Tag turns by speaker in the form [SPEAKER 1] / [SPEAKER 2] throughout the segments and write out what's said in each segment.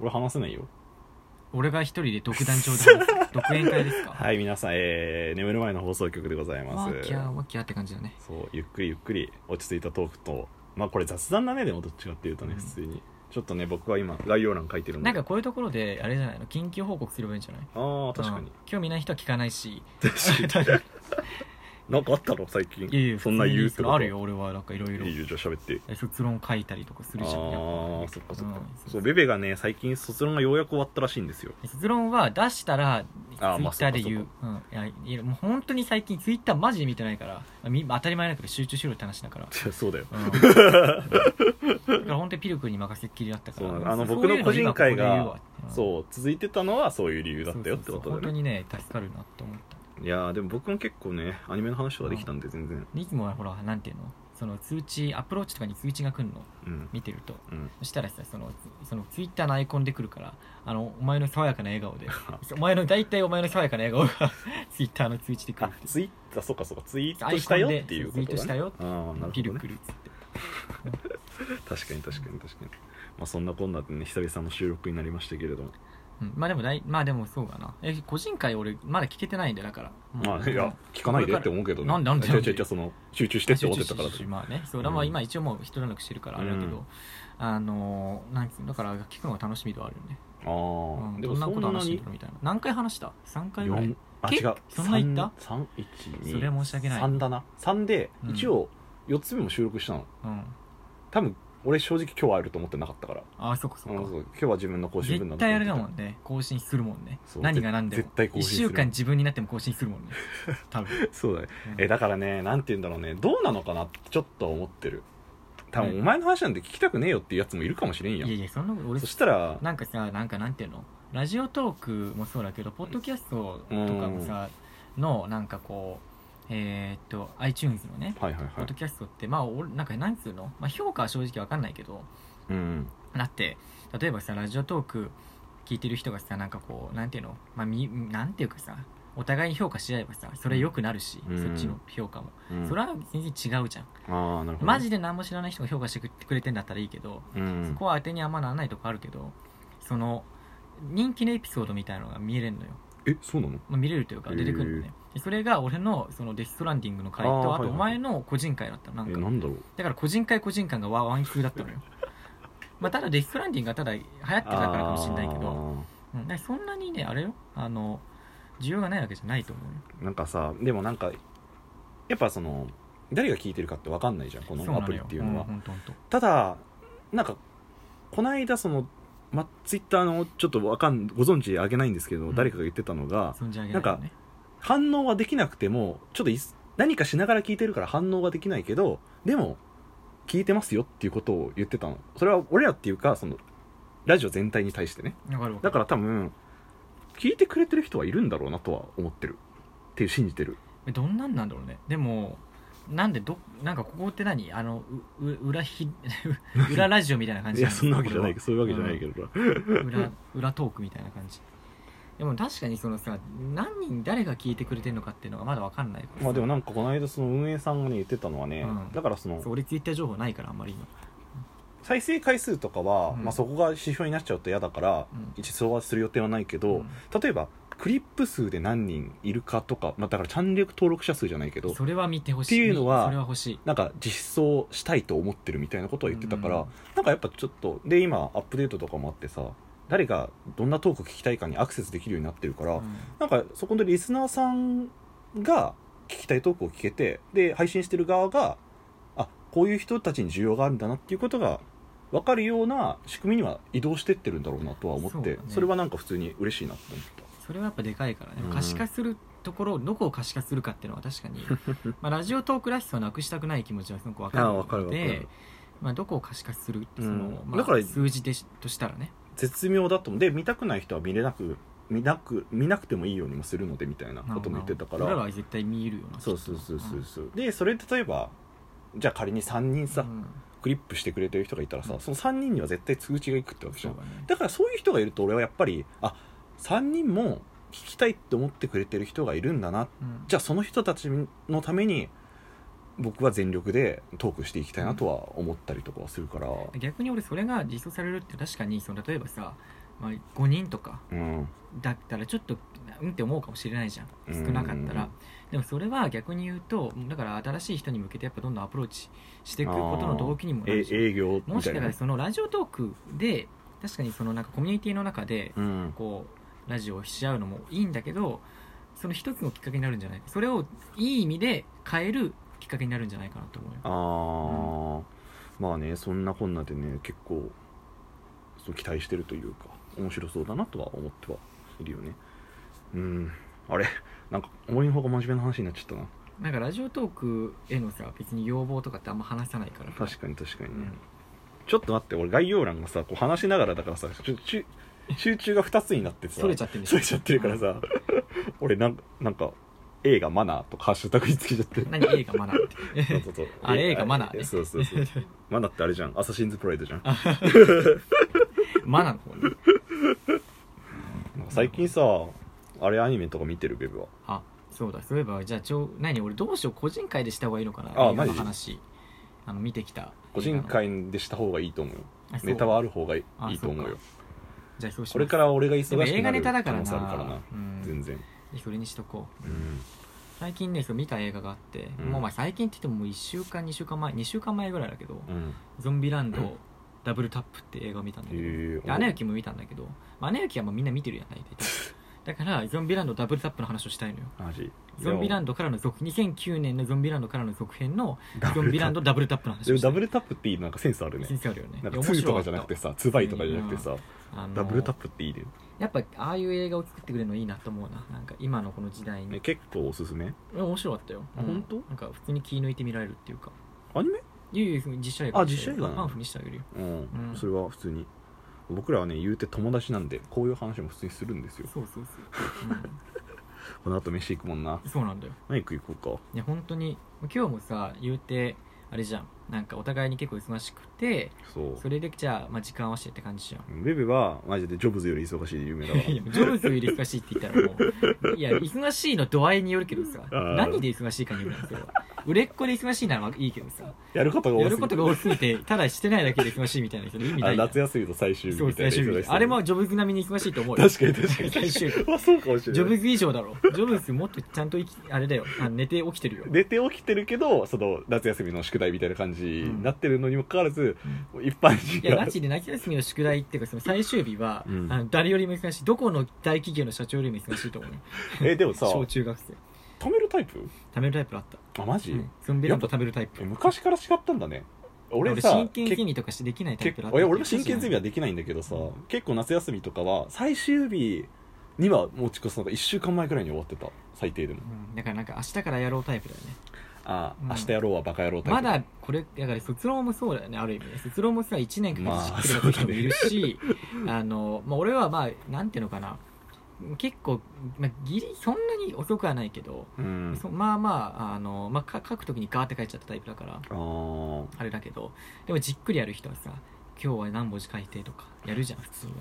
[SPEAKER 1] 俺話せないよ
[SPEAKER 2] 俺が一人で独壇場で話 す独演会ですか
[SPEAKER 1] はい皆さんえー、眠る前の放送局でございま
[SPEAKER 2] わ
[SPEAKER 1] す
[SPEAKER 2] ーきゃーわーきゃーって感じだね
[SPEAKER 1] そうゆっくりゆっくり落ち着いたトークとまあこれ雑談だねでもどっちかっていうとね、
[SPEAKER 2] うん
[SPEAKER 1] 普通にちょっとね僕は今概要欄書いてるんで
[SPEAKER 2] なんかこういうところであれじゃないの緊急報告すればいいんじゃない
[SPEAKER 1] ああ確か
[SPEAKER 2] うん
[SPEAKER 1] に
[SPEAKER 2] 興味ない人は聞かないし
[SPEAKER 1] 確かになんかあったの最近
[SPEAKER 2] いやいや
[SPEAKER 1] そんな言うって
[SPEAKER 2] 普通に
[SPEAKER 1] こと
[SPEAKER 2] あるよ俺はなんかいろいろ
[SPEAKER 1] いいよじゃあ喋って
[SPEAKER 2] 卒論書いたりとかするじゃんやぱ
[SPEAKER 1] ああそっかそっか、
[SPEAKER 2] うん
[SPEAKER 1] そうベベがね最近卒論がようやく終わったらしいんですよ
[SPEAKER 2] 卒論は出したらツイ
[SPEAKER 1] あーまあ
[SPEAKER 2] ッターで言う,、うん、いやいやもう本当に最近ツイッターマジで見てないから、まあみ当たり前だけど集中しろって話だから、
[SPEAKER 1] いやそうだよ
[SPEAKER 2] うんだから本当にピル君に任せっきりだったから
[SPEAKER 1] そうなのあの
[SPEAKER 2] そう
[SPEAKER 1] 僕の個人会が
[SPEAKER 2] そういうの今ここで言うわうん
[SPEAKER 1] そう続いてたのはそういう理由だったよってこと
[SPEAKER 2] そうそうそう本
[SPEAKER 1] だ
[SPEAKER 2] 当
[SPEAKER 1] よね
[SPEAKER 2] にね助かるなって思った
[SPEAKER 1] いやーでも僕も結構ねアニメの話とかできたんで全然
[SPEAKER 2] でいつもはほらなんていうのその通知アプローチとかに通知が来るの
[SPEAKER 1] うん
[SPEAKER 2] 見てると
[SPEAKER 1] うん
[SPEAKER 2] そしたらさそのそのツイッターのアイコンで来るからあのお前の爽やかな笑顔 でお前の大体お前の爽やかな笑顔が ツイッターの通知で来
[SPEAKER 1] あ
[SPEAKER 2] るっていう
[SPEAKER 1] ツイッターそうかそうかツイートしたよっていうこと
[SPEAKER 2] アイコンでツイート
[SPEAKER 1] だ
[SPEAKER 2] したよ
[SPEAKER 1] ね
[SPEAKER 2] って
[SPEAKER 1] ああーなる
[SPEAKER 2] ピ
[SPEAKER 1] ほ
[SPEAKER 2] ル
[SPEAKER 1] ど
[SPEAKER 2] ク
[SPEAKER 1] ね
[SPEAKER 2] ルっつって
[SPEAKER 1] 確かに確かに確かにまあそんなこんなでね久々の収録になりましたけれども
[SPEAKER 2] うん、まあでもないまあでもそうかなえ個人会俺まだ聞けてないんだよだから
[SPEAKER 1] まあいや聞かないでって思うけどね
[SPEAKER 2] なんでなんで
[SPEAKER 1] 違う違う違うその集中してって思ってたから
[SPEAKER 2] 集中集中まあねそうだまあ
[SPEAKER 1] うん
[SPEAKER 2] 今一応もう一段落してるからあれだけど、
[SPEAKER 1] うん
[SPEAKER 2] あのーなんつうのだから聞くのが楽しみではあるよね、
[SPEAKER 1] ああ
[SPEAKER 2] うん、
[SPEAKER 1] で
[SPEAKER 2] ど
[SPEAKER 1] も
[SPEAKER 2] んな
[SPEAKER 1] そ
[SPEAKER 2] こ
[SPEAKER 1] ん
[SPEAKER 2] と
[SPEAKER 1] な
[SPEAKER 2] 話して
[SPEAKER 1] に
[SPEAKER 2] るのみたいな何回話した3回ぐらい
[SPEAKER 1] 四あ違
[SPEAKER 2] け
[SPEAKER 1] う
[SPEAKER 2] そんな言った
[SPEAKER 1] 三一二
[SPEAKER 2] それは申し訳ない
[SPEAKER 1] 三だな三で
[SPEAKER 2] うん
[SPEAKER 1] 一応四つ目も収録したの
[SPEAKER 2] うん
[SPEAKER 1] 多分俺正直今日会えると思ってなかったから
[SPEAKER 2] ああそっかそっ
[SPEAKER 1] う
[SPEAKER 2] か
[SPEAKER 1] んそう今日は自分の更新分
[SPEAKER 2] 絶対あれだもんね更新するもんね
[SPEAKER 1] そう
[SPEAKER 2] 何が何でも
[SPEAKER 1] 絶対更新する
[SPEAKER 2] 1週間自分になっても更新す るもんね多分
[SPEAKER 1] そうだね
[SPEAKER 2] うん
[SPEAKER 1] えだからねなんて言うんだろうねどうなのかなってちょっと思ってる多
[SPEAKER 2] う
[SPEAKER 1] 分
[SPEAKER 2] ん
[SPEAKER 1] お前の話なんて聞きたくねえよっていうやつもいるかもしれんや
[SPEAKER 2] いやいやそんなこと俺
[SPEAKER 1] そしたら
[SPEAKER 2] なんかさなんかなんていうのラジオトークもそうだけどポッドキャストとかもさ、のなんかこうえーっと iTunes のね
[SPEAKER 1] はいはい
[SPEAKER 2] ポ
[SPEAKER 1] は
[SPEAKER 2] ッ
[SPEAKER 1] い
[SPEAKER 2] ドキャストってまあ俺なんかなんつうの、まあ、評価は正直わかんないけど
[SPEAKER 1] うん
[SPEAKER 2] だって例えばさラジオトーク聞いてる人がさなんかこうなんていうのまあみなんていうかさお互いに評価し合えばさそれ良くなるし、
[SPEAKER 1] うん
[SPEAKER 2] そっちの評価も、
[SPEAKER 1] うん
[SPEAKER 2] それは全然違うじゃん、
[SPEAKER 1] ああなるほど
[SPEAKER 2] マジで何も知らない人が評価してくれてんだったらいいけど、
[SPEAKER 1] うん
[SPEAKER 2] そこは当てにあんまならないとこあるけどその人気のエピソードみたいなのが見えれるのよ、
[SPEAKER 1] えそうなの
[SPEAKER 2] まあ、見れるというか
[SPEAKER 1] へー
[SPEAKER 2] 出てくるのねでそれが俺のそのデス・ストランディングの回
[SPEAKER 1] あー
[SPEAKER 2] と
[SPEAKER 1] はい
[SPEAKER 2] あと
[SPEAKER 1] はい
[SPEAKER 2] お前の個人会だったのなん
[SPEAKER 1] え
[SPEAKER 2] か、
[SPEAKER 1] なんだろう
[SPEAKER 2] だから個人会個人会がワワンクーだったのよまあただデス・ストランディングがただ流行ってたからかもしれないけど、うん、だからそんなにねあれよあの需要がないわけじゃないと思うよ
[SPEAKER 1] あーなんかさでもなんかやっぱその誰が聞いてるかって分かんないじゃんこ
[SPEAKER 2] そう
[SPEAKER 1] の
[SPEAKER 2] な
[SPEAKER 1] アプリっていうのは
[SPEAKER 2] よんほんとほんと
[SPEAKER 1] ただなんかこないだそのまツイッターのちょっとわかんご存知あげないんですけど、
[SPEAKER 2] うん
[SPEAKER 1] 誰かが言ってたのが
[SPEAKER 2] 存じ上げないよね
[SPEAKER 1] 反応はできなくてもちょっといす何かしながら聞いてるから反応はできないけどでも聞いてますよっていうことを言ってたのそれは俺らっていうかそのラジオ全体に対してね
[SPEAKER 2] わかるわか
[SPEAKER 1] だ
[SPEAKER 2] る
[SPEAKER 1] から多分聞いてくれてる人はいるんだろうなとは思ってるっていう信じてる
[SPEAKER 2] えどんなんなんだろうねでもなんでどなんかここって何あのうう裏ひ 裏ラジオみたいな感じ
[SPEAKER 1] いやそんなわけじゃないけどそういうわけじゃないけ
[SPEAKER 2] ど、
[SPEAKER 1] どな
[SPEAKER 2] うん裏裏トークみたいな感じでも確かにそのさ何人誰が聞いてくれてるのかっていうのがまだわかんないからさ
[SPEAKER 1] まあでもなんかこの間その運営さんがね言ってたのはね、
[SPEAKER 2] うん
[SPEAKER 1] だからその
[SPEAKER 2] そう俺ツイッター情報ないからあんまり今
[SPEAKER 1] 再生回数とかは、
[SPEAKER 2] うん
[SPEAKER 1] まあ、そこが指標になっちゃうと嫌だから、
[SPEAKER 2] うん
[SPEAKER 1] 一層はする予定はないけど、
[SPEAKER 2] うん
[SPEAKER 1] 例えばクリップ数で何人いるかとか、まあ、だからチャンネル登録者数じゃないけど
[SPEAKER 2] それは見てほしい
[SPEAKER 1] っていうのは
[SPEAKER 2] それは欲しい
[SPEAKER 1] なんか実装したいと思ってるみたいなことは言ってたから、
[SPEAKER 2] うん
[SPEAKER 1] なんかやっぱちょっとで今アップデートとかもあってさ誰がどんなトーク聞きたいかにアクセスできるようになってるから、
[SPEAKER 2] うん
[SPEAKER 1] なんかそこのリスナーさんが聞きたいトークを聞けてで配信してる側があこういう人たちに需要があるんだなっていうことが分かるような仕組みには移動してってるんだろうなとは思ってそ,、
[SPEAKER 2] そうだね
[SPEAKER 1] れはなんか普通に嬉しいなって思った
[SPEAKER 2] それはやっぱでかいからね
[SPEAKER 1] うん
[SPEAKER 2] 可視化するところをどこを可視化するかっていうのは確かに、まあ、ラジオトークらしさをなくしたくない気持ちはすごくわかる
[SPEAKER 1] あーわかる
[SPEAKER 2] の
[SPEAKER 1] わかる
[SPEAKER 2] で、まあ、どこを可視化するってその、
[SPEAKER 1] うん
[SPEAKER 2] まあ、
[SPEAKER 1] だから
[SPEAKER 2] 数字でしとしたらね
[SPEAKER 1] 絶妙だと思うで見たくない人は見れなく見なく見なくてもいいようにもするのでみたいなことも言ってたから、
[SPEAKER 2] 俺らは絶対見えるよな
[SPEAKER 1] そうそうそうそうそうでそれで例えばじゃあ仮に3人さ、
[SPEAKER 2] うん
[SPEAKER 1] クリップしてくれてる人がいたらさ、
[SPEAKER 2] うん
[SPEAKER 1] その3人には絶対通知がいくってわけじ
[SPEAKER 2] そ
[SPEAKER 1] ゃ
[SPEAKER 2] うんだね
[SPEAKER 1] だからそういう人がいると俺はやっぱりあ3人も聞きたいって思ってくれてる人がいるんだな
[SPEAKER 2] うん
[SPEAKER 1] じゃあその人たちのために僕は全力でトークしていきたいなとは思ったりとかはするから、
[SPEAKER 2] 逆に俺それが実装されるって確かにその例えばさまあ、5人とか
[SPEAKER 1] うん
[SPEAKER 2] だったらちょっとうんって思うかもしれないじゃん
[SPEAKER 1] う
[SPEAKER 2] 少
[SPEAKER 1] ん
[SPEAKER 2] なかったらでもそれは逆に言うとだから新しい人に向けてやっぱどんどんアプローチしていくことの動機にもな
[SPEAKER 1] え
[SPEAKER 2] るし
[SPEAKER 1] 営業
[SPEAKER 2] も
[SPEAKER 1] み
[SPEAKER 2] した
[SPEAKER 1] い
[SPEAKER 2] かし
[SPEAKER 1] な
[SPEAKER 2] たらそのラジオトークで確かにそのなんかコミュニティの中で
[SPEAKER 1] うん
[SPEAKER 2] こうラジオをし合うのもいいんだけどその一つのきっかけになるんじゃないそれをいい意味で変えるきっかけになるんじゃないかなと思うよ
[SPEAKER 1] ああ、まあねそんなこんなでね結構そう期待してるというか面白そうだなとは思ってはいるよねうんあれなんか思いのほか真面目な話になっちゃったな
[SPEAKER 2] なんかラジオトークへのさ別に要望とかってあんま話さないから
[SPEAKER 1] 確かに確かに
[SPEAKER 2] う
[SPEAKER 1] ね、
[SPEAKER 2] ん
[SPEAKER 1] ちょっと待って俺概要欄がさこう話しながらだからさちょちゅ集中が2つになってさ
[SPEAKER 2] それちゃってるでし
[SPEAKER 1] そ
[SPEAKER 2] ょ
[SPEAKER 1] れちゃってるからさ俺なんかなんか映画マナーとかハッシュタグにつけちゃって る
[SPEAKER 2] 何映画マナーって
[SPEAKER 1] そうそうそう
[SPEAKER 2] あ映画マナーね
[SPEAKER 1] そうそうそうマナーってあれじゃんアサシンズプライドじゃん
[SPEAKER 2] マナーの方ね
[SPEAKER 1] なんか最近さあれアニメとか見てるベブは
[SPEAKER 2] あそうだそういえばじゃあちょ何俺どうしよう個人会でした方がいいのかな
[SPEAKER 1] あ
[SPEAKER 2] 映画
[SPEAKER 1] マジ
[SPEAKER 2] の話あの見てきた
[SPEAKER 1] 個人会でした方がいいと思うよ
[SPEAKER 2] あそう
[SPEAKER 1] ネタはある方がい
[SPEAKER 2] あ
[SPEAKER 1] いと思う
[SPEAKER 2] そう
[SPEAKER 1] よ
[SPEAKER 2] かじゃあ表
[SPEAKER 1] これから俺が忙しく
[SPEAKER 2] でも
[SPEAKER 1] な
[SPEAKER 2] 映画ネ
[SPEAKER 1] る
[SPEAKER 2] タだ
[SPEAKER 1] 可
[SPEAKER 2] から
[SPEAKER 1] 能
[SPEAKER 2] な
[SPEAKER 1] 性あるからな
[SPEAKER 2] うん
[SPEAKER 1] 全然
[SPEAKER 2] それにしとこう
[SPEAKER 1] うん
[SPEAKER 2] 最近ねそう見た映画があって、
[SPEAKER 1] うん
[SPEAKER 2] もうまあ最近って言ってももう1週間2週間前2週間前ぐらいだけど、
[SPEAKER 1] うん
[SPEAKER 2] ゾンビランドダブルタップって映画を見たんだけど、
[SPEAKER 1] へえ
[SPEAKER 2] でアナ雪も見たんだけど、まあ、アナ雪はもうみんな見てるやん 大体だからゾンビランドダブルタップの話をしたいのよ
[SPEAKER 1] マジ
[SPEAKER 2] ゾンビラン
[SPEAKER 1] ン
[SPEAKER 2] ドからの続2009年のゾンビランドからの続編の
[SPEAKER 1] ダ
[SPEAKER 2] ゾ
[SPEAKER 1] ブ
[SPEAKER 2] ン
[SPEAKER 1] ル
[SPEAKER 2] ビ
[SPEAKER 1] タ
[SPEAKER 2] ラ
[SPEAKER 1] ッ
[SPEAKER 2] ン
[SPEAKER 1] プ
[SPEAKER 2] ドダブルタップの話
[SPEAKER 1] で
[SPEAKER 2] を
[SPEAKER 1] も
[SPEAKER 2] した
[SPEAKER 1] ダ
[SPEAKER 2] い
[SPEAKER 1] ブルタップっていいなんかセンスあるね
[SPEAKER 2] センスあるよね
[SPEAKER 1] なんか
[SPEAKER 2] いや
[SPEAKER 1] 2とかじゃなくてさ2倍とかじゃなくてさ
[SPEAKER 2] あの
[SPEAKER 1] ダブルタップっていいね
[SPEAKER 2] やっぱああいう映画を作ってくれるのいいなと思うななんか今のこの時代に、
[SPEAKER 1] ね結構おすすめ
[SPEAKER 2] うん面白かったよ、
[SPEAKER 1] あ本当
[SPEAKER 2] なんか普通に気抜いて見られるっていうか
[SPEAKER 1] アニメ
[SPEAKER 2] いやいや実写映画
[SPEAKER 1] あ実写映画なの
[SPEAKER 2] パンフにしてあげるよ
[SPEAKER 1] うん、
[SPEAKER 2] うん
[SPEAKER 1] それは普通に僕らはね言うて友達なんでこういう話も普通にするんですよ
[SPEAKER 2] そうそうそう、
[SPEAKER 1] この後飯行くもんな
[SPEAKER 2] うん、そうなんだよ
[SPEAKER 1] 何食い行こ
[SPEAKER 2] いや本当に今日もさ言うてあれじゃんなんかお互いに結構忙しくて
[SPEAKER 1] うかそう
[SPEAKER 2] それでじゃあ、まあ、時間合わせてって感じじゃん
[SPEAKER 1] ベベはマジでジョブズより忙しいで有名だか
[SPEAKER 2] いやジョブズより忙しいって言ったらもういや忙しいの度合いによるけどさ
[SPEAKER 1] あー
[SPEAKER 2] 何で忙しいかによるんですよ売れっ子で忙しいならいいけどさ
[SPEAKER 1] らやることが多すぎ
[SPEAKER 2] や
[SPEAKER 1] て
[SPEAKER 2] ることが多すぎてただしてないだけで忙しいみたいな人の意味な
[SPEAKER 1] あ
[SPEAKER 2] いやん
[SPEAKER 1] 夏休みと最終日
[SPEAKER 2] そう
[SPEAKER 1] みたい
[SPEAKER 2] 最
[SPEAKER 1] な
[SPEAKER 2] 終
[SPEAKER 1] 忙し
[SPEAKER 2] 日
[SPEAKER 1] さ
[SPEAKER 2] あれもジョブズ並みに忙しいと思うよ
[SPEAKER 1] 確かに確かに
[SPEAKER 2] 最 終日
[SPEAKER 1] あそうかもしれない
[SPEAKER 2] ジョブズ以上だろジョブズもっとちゃんと生きあれだよあ寝て起きてる よ
[SPEAKER 1] 寝て起きてるけどその夏休みの宿題みたいな感じになってるのにもかかわらず、一般
[SPEAKER 2] い
[SPEAKER 1] 人
[SPEAKER 2] や
[SPEAKER 1] が
[SPEAKER 2] ガチで夏休みの宿題っていうかその最終日は、
[SPEAKER 1] うん
[SPEAKER 2] あの誰よりも忙しいどこの大企業の社長よりも忙しいと思うね
[SPEAKER 1] えでもさ
[SPEAKER 2] 小
[SPEAKER 1] 貯
[SPEAKER 2] 中学生
[SPEAKER 1] めるタイプ
[SPEAKER 2] 食べるタイプあった、
[SPEAKER 1] あマジ、
[SPEAKER 2] うん、ゾンビランド食べるタイプ
[SPEAKER 1] え昔から違ったんだね俺さ
[SPEAKER 2] 真剣ゼミとかしてできないタイ
[SPEAKER 1] 結
[SPEAKER 2] プだ
[SPEAKER 1] 構
[SPEAKER 2] っ
[SPEAKER 1] い
[SPEAKER 2] た
[SPEAKER 1] や俺も真剣ゼミはできないんだけどさ、結構夏休みとかは最終日には持ち越すのが1週間前くらいに終わってた最低でも
[SPEAKER 2] うんだからなんか明日からやろうタイプだよね
[SPEAKER 1] あ、
[SPEAKER 2] うん
[SPEAKER 1] 明日やろうはバカ野郎タイプ
[SPEAKER 2] まだこれだから卒論もそうだよねある意味ね卒論もさ1年か
[SPEAKER 1] まあ
[SPEAKER 2] けてしっかりやってる人もいるし、 あのまあ、俺はまあなんていうのかな結構、まあ、ギリそんなに遅くはないけど、
[SPEAKER 1] うん
[SPEAKER 2] そまあまああの、まあ、か書くときにガーって書いちゃったタイプだから
[SPEAKER 1] あー
[SPEAKER 2] あれだけどでもじっくりやる人はさ今日は何文字書いてとかやるじゃん普通は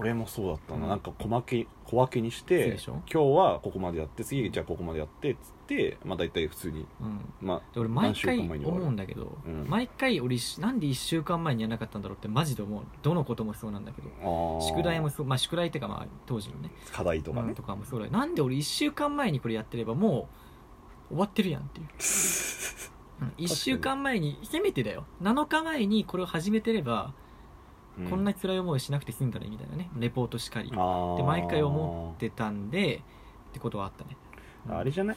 [SPEAKER 1] 俺もそうだったな、
[SPEAKER 2] うん
[SPEAKER 1] なんか小分け小分けにし
[SPEAKER 2] そう
[SPEAKER 1] て
[SPEAKER 2] でしょ
[SPEAKER 1] 今日はここまでやって次じゃあここまでやってっつってまあ大体普通に
[SPEAKER 2] うん
[SPEAKER 1] ま
[SPEAKER 2] で俺毎
[SPEAKER 1] 何週
[SPEAKER 2] 回
[SPEAKER 1] 間前に終わる
[SPEAKER 2] 思うんだけど、
[SPEAKER 1] うん
[SPEAKER 2] 毎回俺一なんで1週間前にやらなかったんだろうってマジで思うどのこともそうなんだけど
[SPEAKER 1] ああー
[SPEAKER 2] 宿題もそう、まあ、宿題っていうかまあ当時のね
[SPEAKER 1] 課題とか
[SPEAKER 2] うん
[SPEAKER 1] ね、
[SPEAKER 2] とかもそうだよなんで俺1週間前にこれやってればもう終わってるやんっていう、1週間前にせめてだよ7日前にこれを始めてれば、
[SPEAKER 1] うん
[SPEAKER 2] こんな辛い思いしなくて済んだらいいみたいなねレポートしかりっ
[SPEAKER 1] あ
[SPEAKER 2] て
[SPEAKER 1] で
[SPEAKER 2] 毎回思ってたんでってことはあったねうん
[SPEAKER 1] あれじゃない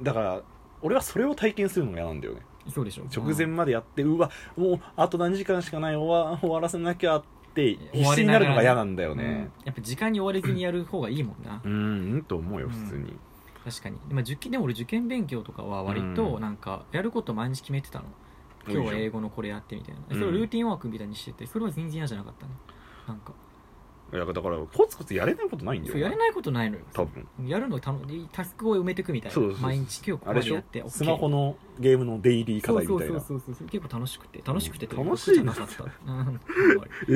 [SPEAKER 1] だから俺はそれを体験するのが嫌なんだよね
[SPEAKER 2] そうでしょ
[SPEAKER 1] 直前
[SPEAKER 2] うん
[SPEAKER 1] までやって、うわもうあと何時間しかない終わ終わらせなきゃって
[SPEAKER 2] 終
[SPEAKER 1] 必
[SPEAKER 2] わ
[SPEAKER 1] 死
[SPEAKER 2] り
[SPEAKER 1] にな
[SPEAKER 2] ながらね
[SPEAKER 1] るのが嫌なんだよ
[SPEAKER 2] う
[SPEAKER 1] ね
[SPEAKER 2] んやっぱ時間に追われずにやる方がいいもんな、
[SPEAKER 1] うんうんと思うよ普通に、
[SPEAKER 2] 確かに、まあ、受験でも俺受験勉強とかは割
[SPEAKER 1] う
[SPEAKER 2] と
[SPEAKER 1] ん
[SPEAKER 2] なんかやること毎日決めてたの、今日は英語のこれやってみたいなそれをルーティンワークみたいにしててそれは全然嫌じゃなかったねなんか
[SPEAKER 1] いやだからコツコツやれないことないんだよ
[SPEAKER 2] そうやれないことないのよ
[SPEAKER 1] 多分
[SPEAKER 2] やるのたのタスクを埋めてくみたいな
[SPEAKER 1] そうそうそう
[SPEAKER 2] 毎日今日こ
[SPEAKER 1] あ
[SPEAKER 2] れ
[SPEAKER 1] れで
[SPEAKER 2] で
[SPEAKER 1] し
[SPEAKER 2] や
[SPEAKER 1] ょ
[SPEAKER 2] って
[SPEAKER 1] スマホのゲームのデイリー課題みたい
[SPEAKER 2] そう
[SPEAKER 1] な
[SPEAKER 2] そうそうそう結構楽しくて楽しくてとうか
[SPEAKER 1] 楽しい
[SPEAKER 2] 苦じゃ
[SPEAKER 1] な
[SPEAKER 2] なかったうん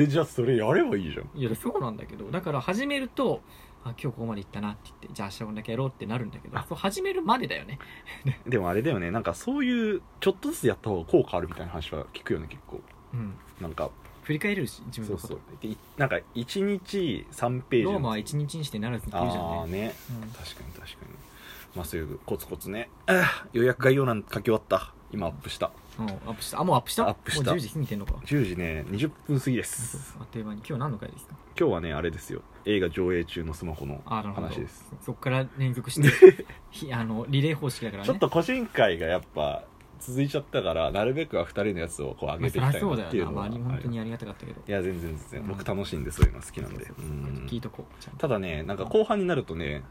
[SPEAKER 1] えじゃあそれやればいいじゃん
[SPEAKER 2] いやそうなんだけどだから始めるとあ今日ここまで行ったなって言ってじゃあ明日こんだけやろうってなるんだけどそう始めるまでだよね
[SPEAKER 1] でもあれだよねなんかそういうちょっとずつやった方が効果あるみたいな話は聞くよね結構
[SPEAKER 2] うん
[SPEAKER 1] なんか
[SPEAKER 2] 振り返れるし自分
[SPEAKER 1] そ
[SPEAKER 2] の
[SPEAKER 1] う
[SPEAKER 2] こ
[SPEAKER 1] そ
[SPEAKER 2] と
[SPEAKER 1] うでいなんか1日3ページの
[SPEAKER 2] ローマは一日にしてなるって言ってるじゃん
[SPEAKER 1] ああ
[SPEAKER 2] ね、
[SPEAKER 1] ね
[SPEAKER 2] うん
[SPEAKER 1] 確かに確かにまあそういうコツコツね あー予約概要欄書き終わった今アップした
[SPEAKER 2] うん、アップしたあもうアップした
[SPEAKER 1] アップした
[SPEAKER 2] もう10時過ぎてんのか
[SPEAKER 1] 10時ね20分過ぎで
[SPEAKER 2] そう
[SPEAKER 1] す
[SPEAKER 2] そうあっという間に今日何の回ですか
[SPEAKER 1] 今日はねあれですよ映画上映中のスマホの
[SPEAKER 2] あなるほど
[SPEAKER 1] 話です
[SPEAKER 2] そこから連続して ひあのリレー方式だからね
[SPEAKER 1] ちょっと個人会がやっぱ続いちゃったからなるべくは2人のやつをこう上
[SPEAKER 2] まあ
[SPEAKER 1] げ
[SPEAKER 2] そ
[SPEAKER 1] てい
[SPEAKER 2] りゃ
[SPEAKER 1] きたい
[SPEAKER 2] そうだ
[SPEAKER 1] なってい
[SPEAKER 2] よ
[SPEAKER 1] う
[SPEAKER 2] な、
[SPEAKER 1] の
[SPEAKER 2] ま
[SPEAKER 1] は
[SPEAKER 2] あ、
[SPEAKER 1] はい
[SPEAKER 2] 本当にありがたかったけど
[SPEAKER 1] いや全然全然僕
[SPEAKER 2] うん
[SPEAKER 1] 楽しいんでそういうの好きなんで
[SPEAKER 2] そう
[SPEAKER 1] う
[SPEAKER 2] そうそうん聞いとこうちゃんと
[SPEAKER 1] ただねなんか後半になるとね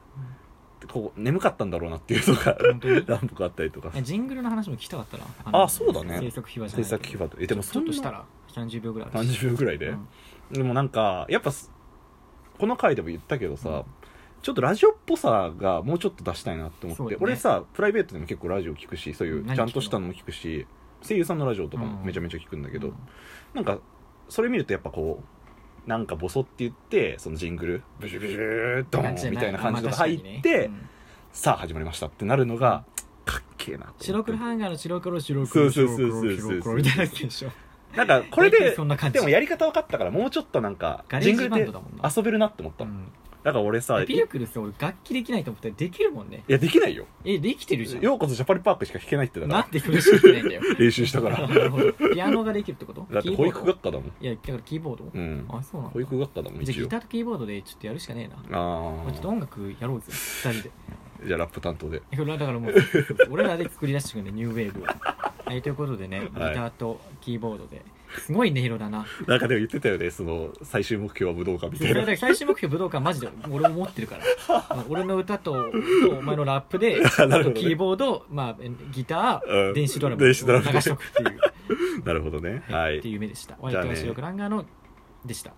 [SPEAKER 1] こう眠かったんだろうなっていうのが
[SPEAKER 2] 本当に
[SPEAKER 1] 何歩かあったりとか
[SPEAKER 2] いやジングルの話も聞きたかったなの
[SPEAKER 1] あそうだね
[SPEAKER 2] 制作秘話じゃ
[SPEAKER 1] 制
[SPEAKER 2] ない
[SPEAKER 1] 作
[SPEAKER 2] けど
[SPEAKER 1] 秘話とえでも
[SPEAKER 2] ち
[SPEAKER 1] そ
[SPEAKER 2] ょっ
[SPEAKER 1] ん
[SPEAKER 2] とした
[SPEAKER 1] な
[SPEAKER 2] ら30秒ぐらいあるし
[SPEAKER 1] 30秒ぐらいで、
[SPEAKER 2] うん
[SPEAKER 1] でもなんかやっぱすこの回でも言ったけどさ、
[SPEAKER 2] うん
[SPEAKER 1] ちょっとラジオっぽさがもうちょっと出したいなって思って、
[SPEAKER 2] そうだね
[SPEAKER 1] 俺さプライベートでも結構ラジオ聞くしそういううんち
[SPEAKER 2] 何
[SPEAKER 1] ゃんとしたのも聞くし声優さんのラジオとかも
[SPEAKER 2] うん
[SPEAKER 1] めちゃめちゃ聞くんだけど、
[SPEAKER 2] うん
[SPEAKER 1] なんかそれ見るとやっぱこうなんかボソって言ってそのジングルブシュブシュド
[SPEAKER 2] なん
[SPEAKER 1] ン
[SPEAKER 2] じゃ
[SPEAKER 1] みたいな感じのが
[SPEAKER 2] まあ
[SPEAKER 1] 入
[SPEAKER 2] 確かに
[SPEAKER 1] っ
[SPEAKER 2] ね
[SPEAKER 1] て、
[SPEAKER 2] うん
[SPEAKER 1] さあ始まりましたってなるのがかっけえなと思って
[SPEAKER 2] 白黒ハンガーの白黒白黒
[SPEAKER 1] そう
[SPEAKER 2] 白
[SPEAKER 1] そうそうそう
[SPEAKER 2] 黒白黒みたいなやつでしょ
[SPEAKER 1] なんかこれ
[SPEAKER 2] 大
[SPEAKER 1] で
[SPEAKER 2] 体そんな感じ
[SPEAKER 1] でもやり方分かったからもうちょっとなんか
[SPEAKER 2] ガレ
[SPEAKER 1] ジン
[SPEAKER 2] ー
[SPEAKER 1] グ
[SPEAKER 2] ジ
[SPEAKER 1] ル
[SPEAKER 2] バン
[SPEAKER 1] で
[SPEAKER 2] ドだもんな
[SPEAKER 1] 遊べるなって思った
[SPEAKER 2] う
[SPEAKER 1] の
[SPEAKER 2] ん
[SPEAKER 1] だから俺さ
[SPEAKER 2] えピルクルさ俺楽器できないと思ったらできるもんね
[SPEAKER 1] いやできないよ
[SPEAKER 2] えできてるじゃん
[SPEAKER 1] ようこそジャパリパークしか弾けないってだ
[SPEAKER 2] な
[SPEAKER 1] か
[SPEAKER 2] んで苦しくないん だよ
[SPEAKER 1] ら練習した か
[SPEAKER 2] あ
[SPEAKER 1] ら
[SPEAKER 2] なるほどピアノができるってこと
[SPEAKER 1] だって保育
[SPEAKER 2] キーボー
[SPEAKER 1] 学科だもん
[SPEAKER 2] ドいやだからキーボード
[SPEAKER 1] うん
[SPEAKER 2] あそうなん
[SPEAKER 1] 保
[SPEAKER 2] だ
[SPEAKER 1] 育学科だもん
[SPEAKER 2] じゃ
[SPEAKER 1] 一
[SPEAKER 2] あギ
[SPEAKER 1] 応
[SPEAKER 2] ターとキーボードでちょっとやるしかねえな
[SPEAKER 1] あ
[SPEAKER 2] まあちょっと音楽やろうぜ二人で
[SPEAKER 1] あじゃあラップ担当で
[SPEAKER 2] えこれはだからもう俺らで作り出してくるねニューウェーブをはいということでねギタ
[SPEAKER 1] はい
[SPEAKER 2] ーとキーボードですごい音色だな
[SPEAKER 1] なんかでも言ってたよねその最終目標は武道館みたい
[SPEAKER 2] だか
[SPEAKER 1] な
[SPEAKER 2] ら最終目標武道館マジで俺も持って るからまあ俺の歌ととお前のラップ
[SPEAKER 1] な
[SPEAKER 2] で
[SPEAKER 1] るほどね
[SPEAKER 2] キーボード、まあ、えギタ
[SPEAKER 1] う
[SPEAKER 2] ー
[SPEAKER 1] ん
[SPEAKER 2] 電子ドラム
[SPEAKER 1] 電
[SPEAKER 2] 流
[SPEAKER 1] 子ドラム
[SPEAKER 2] しとくっていう、
[SPEAKER 1] なるほどね
[SPEAKER 2] は、
[SPEAKER 1] はい
[SPEAKER 2] っ
[SPEAKER 1] い
[SPEAKER 2] ていう夢でした
[SPEAKER 1] あ
[SPEAKER 2] お
[SPEAKER 1] ね
[SPEAKER 2] 相手は白くランガーのでした